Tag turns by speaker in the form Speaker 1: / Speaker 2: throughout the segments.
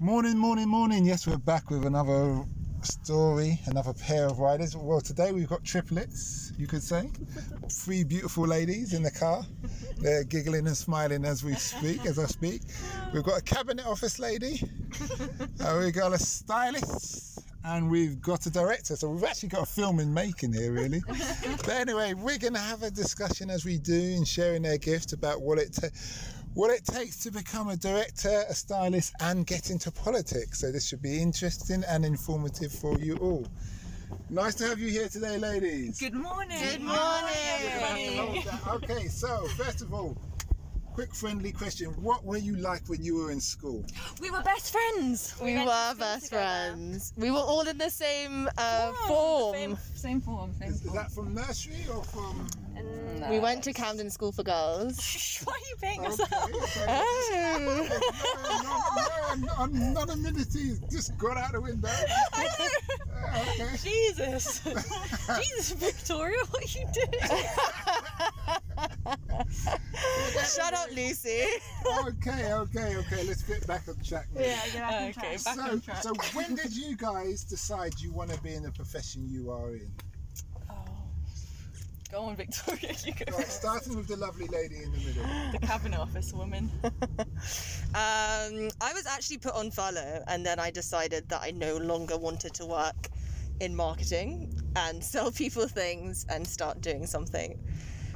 Speaker 1: Morning, morning, morning. Yes, we're back with another story, another pair of riders. Well, today we've got triplets, you could say. Three beautiful ladies in the car. They're giggling and smiling as we speak, as I speak. We've got a cabinet office lady. Uh, we've got a stylist. And we've got a director, so we've actually got a film in making here, really. but anyway, we're going to have a discussion as we do and sharing their gift about what it ta- what it takes to become a director, a stylist, and get into politics. So this should be interesting and informative for you all. Nice to have you here today, ladies.
Speaker 2: Good morning.
Speaker 3: Good morning.
Speaker 1: Okay, so first of all, quick friendly question: What were you like when you were in school?
Speaker 2: We were best friends.
Speaker 3: We
Speaker 2: went to
Speaker 3: were
Speaker 2: school
Speaker 3: best
Speaker 2: together.
Speaker 3: friends. We were all in the same uh,
Speaker 2: Oh, Same,
Speaker 3: form.
Speaker 2: same form. Same
Speaker 1: Is, is
Speaker 2: form.
Speaker 1: that from nursery or from?
Speaker 2: And, uh,
Speaker 3: We went to Camden School for Girls.
Speaker 2: Shh, Why are you paying
Speaker 1: Okay,
Speaker 2: yourself?
Speaker 1: okay. No,
Speaker 3: Oh.
Speaker 1: no, no, non-amenities. Just got out the window. Okay.
Speaker 2: Jesus. Jesus, Victoria, what are you doing?
Speaker 3: Shut up, Lucy.
Speaker 1: okay, okay, okay. Let's get back on track. now.
Speaker 2: Yeah, okay, back
Speaker 1: so,
Speaker 2: on track.
Speaker 1: so when did you guys decide you want to be in the profession you are in?
Speaker 2: Oh. Go on, Victoria, you go.
Speaker 1: Right, starting with the lovely lady in the middle.
Speaker 2: The cabinet office woman.
Speaker 3: Um, I was actually put on furlough, and then I decided that I no longer wanted to work in marketing and sell people things and start doing something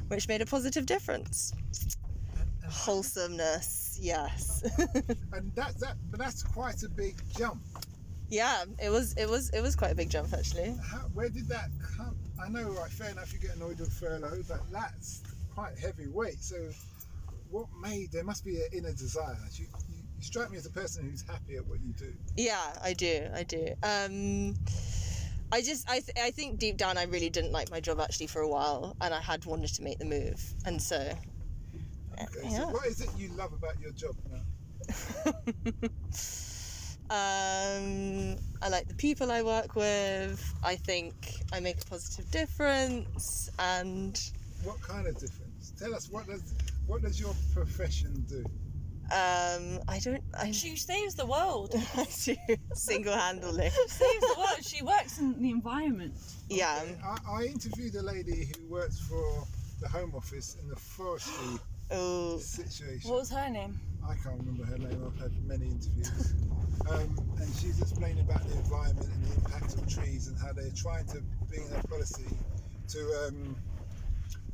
Speaker 3: which made a positive difference. Wholesomeness, yes.
Speaker 1: And that, that, but that's quite a big jump.
Speaker 3: yeah, it was it was it was quite a big jump actually.
Speaker 1: How, where did that come? I know, right, fair enough, you get annoyed with furlough, but that's quite heavy weight. So, what made there must be an inner desire. You, you, you strike me as a person who's happy at what you do.
Speaker 3: Yeah, I do. I do. Um, I just, I, th- I think deep down, I really didn't like my job actually for a while, and I had wanted to make the move, and so.
Speaker 1: Okay,
Speaker 3: Yeah.
Speaker 1: So, what is it you love about your job now?
Speaker 3: um, I like the people I work with. I think I make a positive difference, and
Speaker 1: What kind of difference? Tell us what does what does your profession do?
Speaker 3: um, I don't. I,
Speaker 2: She saves the world.
Speaker 3: I do single-handedly.
Speaker 2: Saves the world. She works in the environment.
Speaker 3: Yeah.
Speaker 1: I, I interviewed a lady who works for the Home Office in the forestry
Speaker 3: Oh.
Speaker 1: situation.
Speaker 2: What was her name?
Speaker 1: I can't remember her name. I've had many interviews, um, and she's explaining about the environment and the impact of trees and how they're trying to bring in a policy to um,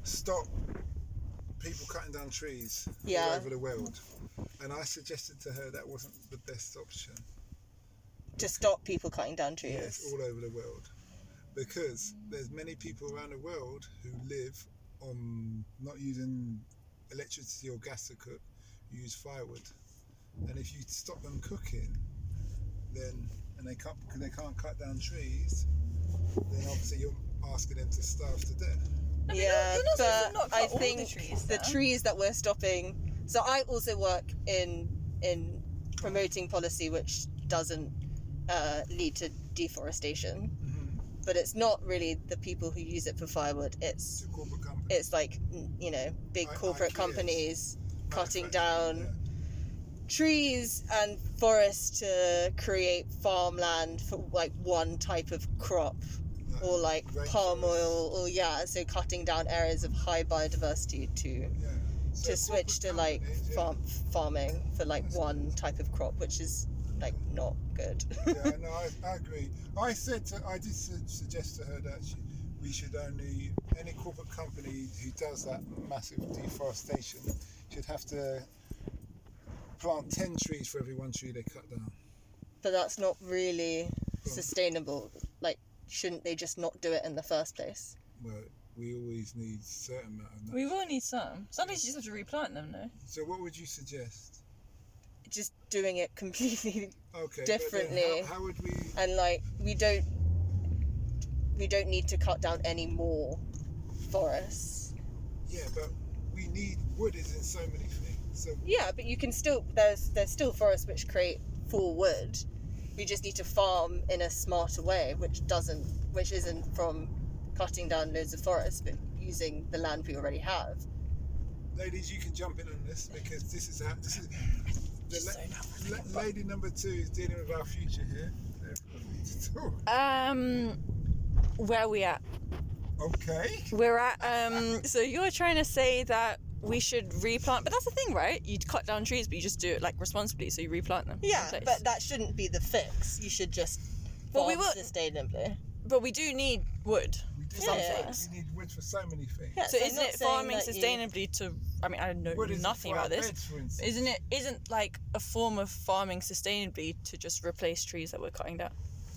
Speaker 1: stop people cutting down trees all
Speaker 3: Yeah.
Speaker 1: over the world. And I suggested to her that wasn't the best option.
Speaker 3: To stop people cutting down trees.
Speaker 1: Yes, all over the world, because there's many people around the world who live on not using electricity or gas to cook, use firewood, and if you stop them cooking, then and they can't because they can't cut down trees, then obviously you're asking them to starve to death.
Speaker 2: No, but you're
Speaker 3: yeah,
Speaker 2: not- you're not supposed to
Speaker 3: but
Speaker 2: knock
Speaker 3: I
Speaker 2: out all the
Speaker 3: think
Speaker 2: trees,
Speaker 3: the
Speaker 2: though.
Speaker 3: trees that we're stopping. So I also work in in promoting policy which doesn't uh, lead to deforestation, but it's not really the people who use it for firewood. It's
Speaker 1: To corporate companies,
Speaker 3: it's like mm, you know big
Speaker 1: I-
Speaker 3: corporate
Speaker 1: Ikeas.
Speaker 3: companies cutting
Speaker 1: manufacturing,
Speaker 3: down
Speaker 1: yeah.
Speaker 3: trees and forests to create farmland for like one type of crop
Speaker 1: Like
Speaker 3: or like
Speaker 1: rainforest.
Speaker 3: palm oil or yeah so cutting down areas of high biodiversity to
Speaker 1: Yeah. So
Speaker 3: to switch to
Speaker 1: corporate
Speaker 3: like
Speaker 1: companies, yeah.
Speaker 3: farm farming for like one type of crop which is like not good
Speaker 1: yeah, no, I, I agree. I said to, I did su- suggest to her that she, we should only any corporate company who does that massive deforestation should have to plant ten trees for every one tree they cut down.
Speaker 3: but that's not really sustainable like shouldn't they just not do it in the first place
Speaker 1: Well, we always need certain amount of.
Speaker 2: We
Speaker 1: nat-
Speaker 2: will need some. Sometimes you just have to replant them, no?
Speaker 1: So, what would you suggest?
Speaker 3: just doing it completely
Speaker 1: Okay. but then
Speaker 3: Differently.
Speaker 1: How, how would we?
Speaker 3: and like we don't we don't need to cut down any more forests.
Speaker 1: Yeah, but we need wood is in so many things. So
Speaker 3: Yeah, but you can still there's there's still forests which create full wood. You just need to farm in a smarter way, which doesn't which isn't from cutting down loads of forests, but using the land we already have.
Speaker 1: ladies, you can jump in on this because this is how this is. The la- la- lady number two is dealing with our future here.
Speaker 2: Um, where we at?
Speaker 1: okay.
Speaker 2: We're at. Um, so you're trying to say that we should replant, but that's the thing, right? You cut down trees, but you just do it like responsibly, so you replant them. in
Speaker 3: Yeah,
Speaker 2: place.
Speaker 3: but that shouldn't be the fix. You should just
Speaker 2: Well,
Speaker 3: farm
Speaker 2: we will-
Speaker 3: sustainably.
Speaker 2: but we do need wood.
Speaker 1: We do
Speaker 3: Some
Speaker 1: need-
Speaker 3: things.
Speaker 1: We need wood for so many things.
Speaker 3: Yeah,
Speaker 2: So,
Speaker 3: I'm
Speaker 2: isn't
Speaker 3: not
Speaker 2: it
Speaker 3: saying
Speaker 2: farming
Speaker 3: that you-
Speaker 2: sustainably to? I mean, I know
Speaker 1: Wood is
Speaker 2: nothing
Speaker 1: for our
Speaker 2: about this.
Speaker 1: Beds, for instance.
Speaker 2: Isn't it? Isn't like a form of farming sustainably to just replace trees that we're cutting down?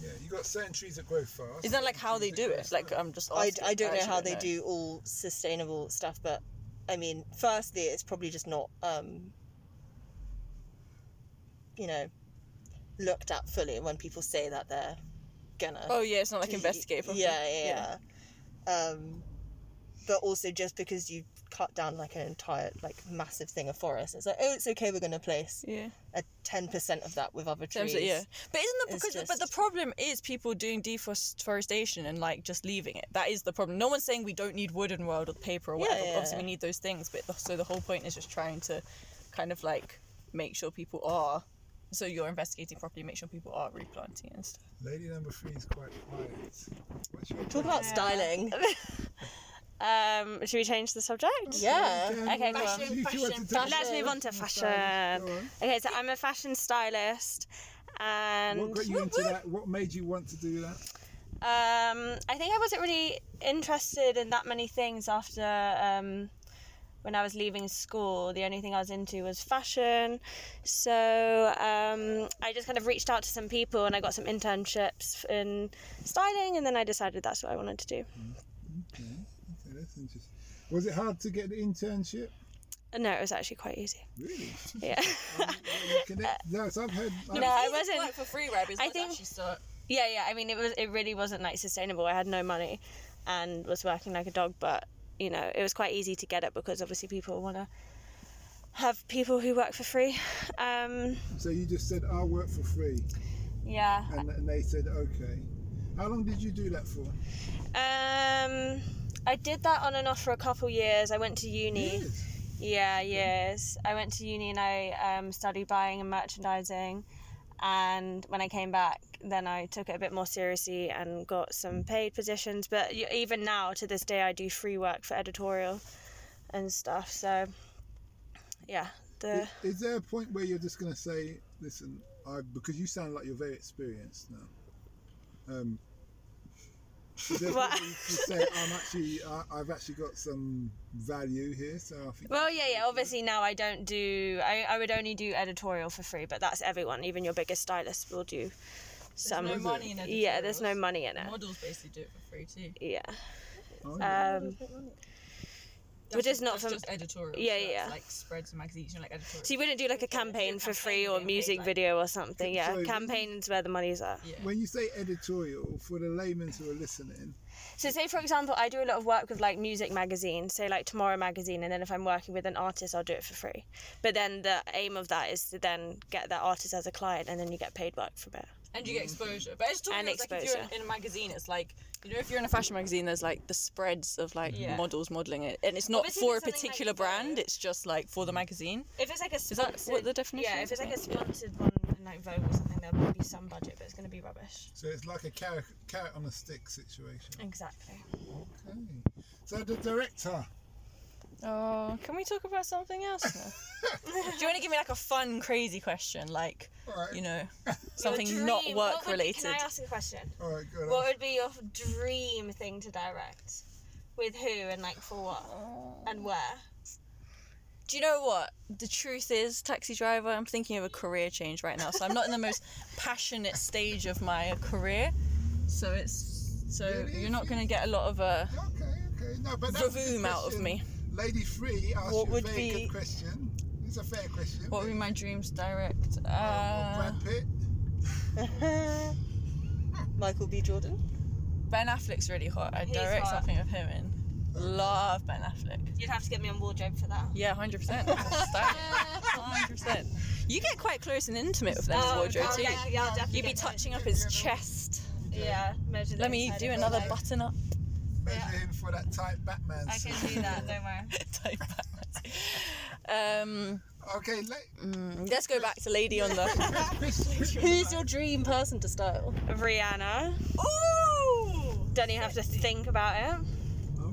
Speaker 1: Yeah, you got certain trees that grow fast.
Speaker 2: Isn't that like how they
Speaker 1: certain
Speaker 2: do
Speaker 1: trees
Speaker 2: it?
Speaker 1: that
Speaker 2: Like uh,
Speaker 1: grow
Speaker 2: I'm just.
Speaker 3: I,
Speaker 2: Asking,
Speaker 3: I don't know
Speaker 2: actually
Speaker 3: how they do all sustainable stuff, but I mean, firstly, it's probably just not, um, you know, looked at fully when people say that they're gonna.
Speaker 2: Oh yeah, it's not like
Speaker 3: Y-
Speaker 2: investigate. properly.
Speaker 3: Yeah, yeah. yeah. Um, but also just because you cut down like an entire like massive thing of forest, it's like oh, it's okay. We're gonna place
Speaker 2: yeah. Yeah.
Speaker 3: a ten percent of that with other
Speaker 2: Terms
Speaker 3: trees.
Speaker 2: of- yeah, but isn't the
Speaker 3: It's
Speaker 2: because but the
Speaker 3: just-
Speaker 2: problem is people doing deforestation and like just leaving it. That is the problem. No one's saying we don't need wood and world or paper or
Speaker 3: Yeah,
Speaker 2: whatever.
Speaker 3: yeah,
Speaker 2: Obviously,
Speaker 3: yeah.
Speaker 2: we need those things. But the, so the whole point is just trying to, kind of like, make sure people are. So you're investigating properly. Make sure people are replanting and stuff.
Speaker 1: Lady number three is quite quiet. What's your
Speaker 3: Talk about
Speaker 4: Yeah.
Speaker 3: styling.
Speaker 4: Um, should we change the subject?
Speaker 3: Yeah.
Speaker 4: Okay,
Speaker 1: Well,
Speaker 4: fashion,
Speaker 1: you- you
Speaker 4: fashion,
Speaker 1: want to do
Speaker 4: fashion.
Speaker 1: that?
Speaker 4: Let's move on to
Speaker 1: Fashion,
Speaker 4: fashion.
Speaker 1: go on.
Speaker 4: Okay, so I'm a fashion stylist, and
Speaker 1: What got you into that? What made you want to do that?
Speaker 4: um, I think I wasn't really interested in that many things after um, when I was leaving school. The only thing I was into was fashion. So um, I just kind of reached out to some people and I got some internships in styling, and then I decided that's what I wanted to do.
Speaker 1: Okay, okay, that's interesting. Was it hard to get the internship?
Speaker 4: And no, it was actually quite easy.
Speaker 1: Really?
Speaker 4: Yeah.
Speaker 1: Um, you connect- no, so I've heard. I've,
Speaker 4: No, I wasn't.
Speaker 2: for free, right?
Speaker 4: I think- Yeah, yeah. I mean, it was it really wasn't like sustainable. I had no money, and was working like a dog. But you know, it was quite easy to get it because obviously people want to have people who work for free. Um,
Speaker 1: So you just said I'll work for free,
Speaker 4: yeah.
Speaker 1: and, and they said okay. How long did you do that for?
Speaker 4: Um, I did that on and off for a couple years. I went to uni.
Speaker 1: Years.
Speaker 4: Yeah, years. I went to uni and I um, studied buying and merchandising. And when I came back, then I took it a bit more seriously and got some paid positions. But y- even now, to this day, I do free work for editorial and stuff. So, yeah, the
Speaker 1: Is, is there a point where you're just going to say, listen, I because you sound like you're very experienced now. Um, is there a point
Speaker 4: What?
Speaker 1: where you just say, I'm actually, I, I've actually got some value here, so I think.
Speaker 4: well, yeah, yeah. Obviously, now I don't do. I, I would only do editorial for free, but that's everyone. Even your biggest stylist will do some.
Speaker 2: no money in
Speaker 4: yeah, there's no
Speaker 2: editorials.
Speaker 4: money in it.
Speaker 2: Models basically do it for free too.
Speaker 4: Yeah.
Speaker 1: Oh, yeah.
Speaker 4: Um, Which
Speaker 2: That's
Speaker 4: is not
Speaker 2: that's
Speaker 4: from-
Speaker 2: just editorial.
Speaker 4: Yeah,
Speaker 2: so that's
Speaker 4: yeah.
Speaker 2: Like spreads and magazines, you know, like editorial.
Speaker 4: So you wouldn't do like a campaign for free or a
Speaker 2: campaign,
Speaker 4: music
Speaker 2: like-
Speaker 4: video or something. Yeah,
Speaker 1: So-
Speaker 4: campaigns where the money's at.
Speaker 2: Yeah.
Speaker 1: when you say editorial, for the laymen who are listening,
Speaker 4: So say for example, I do a lot of work with like music magazines, say like Tomorrow magazine, and then if I'm working with an artist, I'll do it for free. But then the aim of that is to then get that artist as a client, and then you get paid work from it.
Speaker 2: and you get exposure. But I just talking
Speaker 4: And
Speaker 2: about it's like if you're in,
Speaker 4: exposure.
Speaker 2: in a magazine, it's like you know if you're in a fashion magazine, there's like the spreads of like
Speaker 4: Yeah.
Speaker 2: models modeling it, and it's not
Speaker 4: Obviously,
Speaker 2: for a
Speaker 4: if it's something
Speaker 2: particular
Speaker 4: like
Speaker 2: brand.
Speaker 4: Vogue-
Speaker 2: It's just like for the magazine.
Speaker 4: If it's like a
Speaker 2: that what sponsored- the definition
Speaker 4: Yeah,
Speaker 2: is,
Speaker 4: if it's like a
Speaker 2: isn't
Speaker 4: sponsored one, in like Vogue or something, there will be some budget, but it's going to be rubbish.
Speaker 1: so it's like a carrot, carrot on a stick situation.
Speaker 4: Exactly.
Speaker 1: Okay. So the director.
Speaker 2: Oh, can we talk about something else now? Do you want to give me like a fun, crazy question, like
Speaker 1: Alright.
Speaker 2: you know something not work related?
Speaker 4: Can I ask a question?
Speaker 1: All right, good.
Speaker 4: What would be your dream thing to direct? With who and like for what and where?
Speaker 2: do you know what the truth is taxi driver i'm thinking of a career change right now so i'm not in the most passionate stage of my career so it's so
Speaker 1: Really?
Speaker 2: you're not going to get a lot of uh
Speaker 1: Okay, okay. No, but that was a good
Speaker 2: vavoom out of
Speaker 1: question.
Speaker 2: me
Speaker 1: Lady Free asked
Speaker 3: What
Speaker 1: you a
Speaker 3: would
Speaker 1: very
Speaker 3: be-
Speaker 1: good question. It's It's a fair question.
Speaker 2: What would be my dreams direct?
Speaker 1: Or
Speaker 2: Uh,
Speaker 1: Brad Pitt.
Speaker 3: Michael B. Jordan.
Speaker 2: ben Affleck's really hot. I'd
Speaker 4: He's
Speaker 2: direct
Speaker 4: hot.
Speaker 2: something of him in. Love Ben Affleck.
Speaker 4: You'd have to get me on wardrobe for that.
Speaker 2: Yeah, hundred percent. Hundred percent. You get quite close and intimate with them in
Speaker 4: Oh,
Speaker 2: wardrobe
Speaker 4: oh,
Speaker 2: too.
Speaker 4: yeah, yeah, I'll definitely
Speaker 2: You'd be
Speaker 4: get measured.
Speaker 2: touching up his chest.
Speaker 4: Yeah, measure the
Speaker 2: Let me
Speaker 4: inside
Speaker 2: do
Speaker 4: of it.
Speaker 2: another button up.
Speaker 1: Measure him for that tight Batman
Speaker 4: I
Speaker 1: suit.
Speaker 4: can do that. Don't worry.
Speaker 2: type backwards. Um,
Speaker 1: Okay, let,
Speaker 2: mm, let's go back to Lady on the. Who's your dream person to style?
Speaker 4: Rihanna.
Speaker 2: Ooh!
Speaker 4: Don't even have to think about it.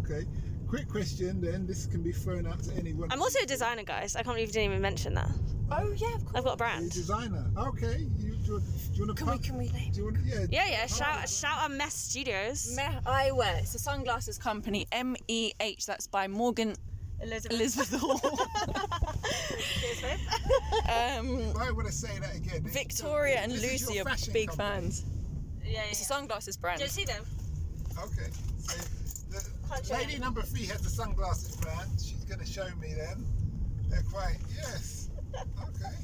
Speaker 1: Okay. Quick question then. This can be thrown out to anyone.
Speaker 4: I'm also a designer, guys. I can't believe you didn't even mention that.
Speaker 2: Oh yeah, of course.
Speaker 4: I've got a
Speaker 1: You're a
Speaker 4: brand.
Speaker 1: designer. Okay. You, do, you, do you want to? Can we? Can we name? Do you want? Yeah.
Speaker 4: Yeah, yeah. Shout, shout out Mess Studios.
Speaker 2: Meh Eyewear. It's a sunglasses company. M E H. That's by Morgan
Speaker 4: Elizabeth.
Speaker 2: Elizabeth Hall. um,
Speaker 1: Why would I say that again? It's-
Speaker 2: Victoria and
Speaker 1: this is
Speaker 2: Lucy
Speaker 1: your
Speaker 2: are
Speaker 1: fashion
Speaker 2: big
Speaker 1: company.
Speaker 2: fans.
Speaker 4: Yeah,
Speaker 2: It's a sunglasses brand.
Speaker 4: you see them?
Speaker 1: Okay. So
Speaker 4: Can't
Speaker 1: the
Speaker 4: show
Speaker 1: lady
Speaker 4: you.
Speaker 1: number three has the sunglasses brand. She's going to show me them. They're quite. Yes. Okay.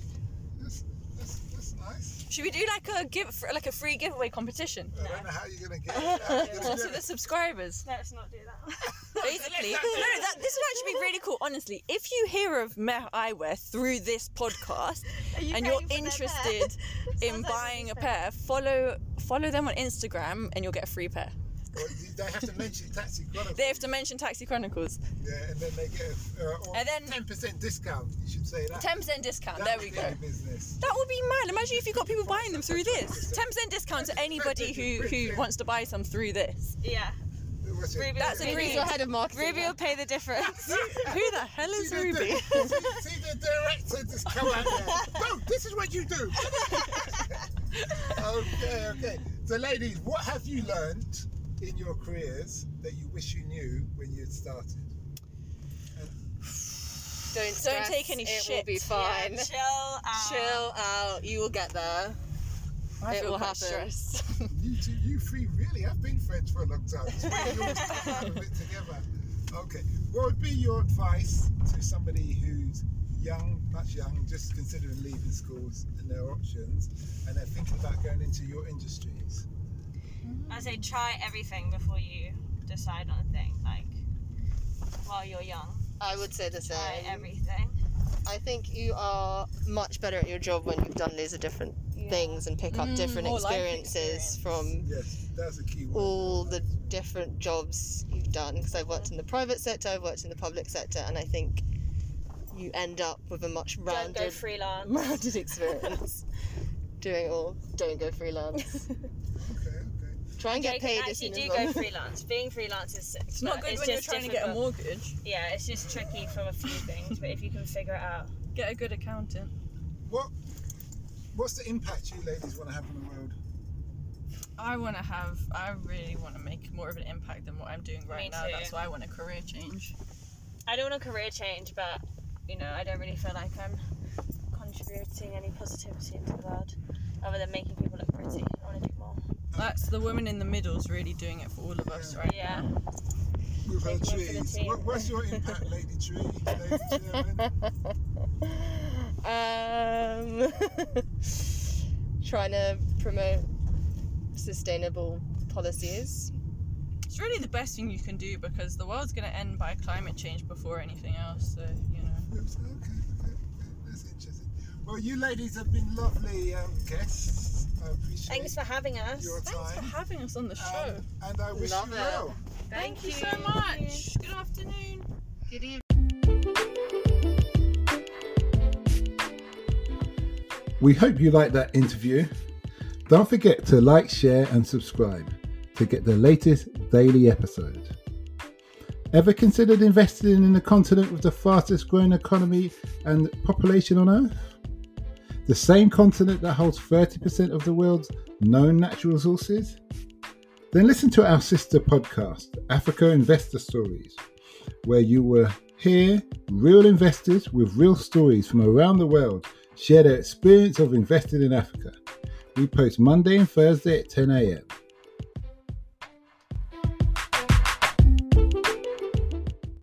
Speaker 1: That's, that's, that's nice.
Speaker 2: Should we do like a give, like a free giveaway competition?
Speaker 1: I don't know how you're going to get it. How you gonna
Speaker 2: To
Speaker 1: do
Speaker 2: the
Speaker 1: it.
Speaker 2: subscribers.
Speaker 4: Let's not do that.
Speaker 2: basically. no, no, that, this would actually be really cool. Honestly, if you hear of Meh Eyewear through this podcast
Speaker 4: you
Speaker 2: and you're
Speaker 4: paying for their pair?
Speaker 2: interested in
Speaker 4: Sounds like
Speaker 2: buying a
Speaker 4: really
Speaker 2: pair, follow follow them on Instagram and you'll get a free pair.
Speaker 1: Or They have to mention Taxi Chronicles.
Speaker 2: They have to mention Taxi Chronicles.
Speaker 1: Yeah, and then they get a uh, or
Speaker 2: And then-
Speaker 1: 10% discount. You should say that.
Speaker 2: Ten percent discount.
Speaker 1: That
Speaker 2: there
Speaker 1: would
Speaker 2: we
Speaker 1: be
Speaker 2: go.
Speaker 1: a Business.
Speaker 2: That would be mad. Imagine if you got people buying them through this. Ten percent discount to anybody who who wants to buy some through this.
Speaker 4: yeah.
Speaker 1: What's it?
Speaker 4: Ruby.
Speaker 2: That's
Speaker 4: Ruby.
Speaker 2: agreed.
Speaker 3: He's your head of marketing.
Speaker 4: Ruby will pay the difference.
Speaker 2: Who the hell is
Speaker 1: See the
Speaker 2: Ruby?
Speaker 1: di- see- see the director just come out there. No, this is what you do. okay, okay. So, ladies, what have you learned in your careers that you wish you knew when you had started?
Speaker 3: Don't
Speaker 2: Don't
Speaker 3: stress,
Speaker 2: take any
Speaker 3: it will
Speaker 2: shit.
Speaker 3: be fine.
Speaker 4: Yeah, chill out.
Speaker 3: Chill out. You will get there.
Speaker 2: I
Speaker 3: It
Speaker 2: feel
Speaker 3: will
Speaker 2: quite
Speaker 3: happen.
Speaker 2: stressed.
Speaker 1: You two, you three really have been friends for a long time. It's really good to have a bit together. Okay. What would be your advice to somebody who's young, much young, just considering leaving schools and their options, and they're thinking about going into your industries?
Speaker 4: I say try everything before you decide on a thing. Like while you're young,
Speaker 3: I would say the same.
Speaker 4: try everything.
Speaker 3: I think you are much better at your job when you've done loads of different things and pick up
Speaker 2: Mm,
Speaker 3: different
Speaker 2: more life
Speaker 3: experiences from
Speaker 1: Yes, that's a key word.
Speaker 3: all the different jobs you've done. Because I've worked in the private sector, I've worked in the public sector, and I think you end up with a much
Speaker 4: Don't go
Speaker 3: rounded,
Speaker 4: freelance.
Speaker 3: rounded experience. Doing it all. Don't go freelance.
Speaker 1: Okay, okay.
Speaker 3: Try and
Speaker 4: Yeah,
Speaker 3: get
Speaker 4: you
Speaker 3: paid
Speaker 4: can
Speaker 3: as
Speaker 4: actually
Speaker 3: soon
Speaker 4: do
Speaker 3: as
Speaker 4: go
Speaker 3: well.
Speaker 4: freelance. Being freelance is sick.
Speaker 2: It's not good when you're trying to get a mortgage.
Speaker 4: Yeah, it's just tricky from a few things, but if you can figure it out.
Speaker 2: Get a good accountant.
Speaker 1: What What's the impact you ladies want to have on the world?
Speaker 2: I want to have. I really want to make more of an impact than what I'm doing right now.
Speaker 4: too.
Speaker 2: That's why I want a career change.
Speaker 4: I don't want a career change, but you know, I don't really feel like I'm contributing any positivity into the world other than making people look pretty. I want to do more.
Speaker 2: That's the woman in the middle's really doing it for all of us right
Speaker 4: Yeah.
Speaker 2: now.
Speaker 1: With her
Speaker 4: Take one for the
Speaker 1: trees.
Speaker 4: team.
Speaker 1: What, what's your impact, Lady Tree? Lady Chairman?
Speaker 3: um, trying to promote sustainable policies.
Speaker 2: It's really the best thing you can do because the world's going to end by climate change before anything else. So you know.
Speaker 1: Oops, okay, okay, okay. That's interesting. Well, you ladies have been lovely um, guests. I appreciate
Speaker 4: Thanks for having us.
Speaker 1: your
Speaker 2: Thanks for
Speaker 1: time.
Speaker 2: having us on the show.
Speaker 1: Um, and I wish
Speaker 3: Love
Speaker 1: you
Speaker 3: it.
Speaker 1: well.
Speaker 2: Thank you so much. Good afternoon.
Speaker 3: Good evening.
Speaker 1: We hope you liked that interview. Don't forget to like, share, and subscribe to get the latest daily episode. Ever considered investing in a continent with the fastest growing economy and population on Earth? The same continent that holds 30% of the world's known natural resources? Then listen to our sister podcast, Africa Investor Stories, where you will hear real investors with real stories from around the world share their experience of investing in Africa. We post Monday and Thursday at 10 a.m.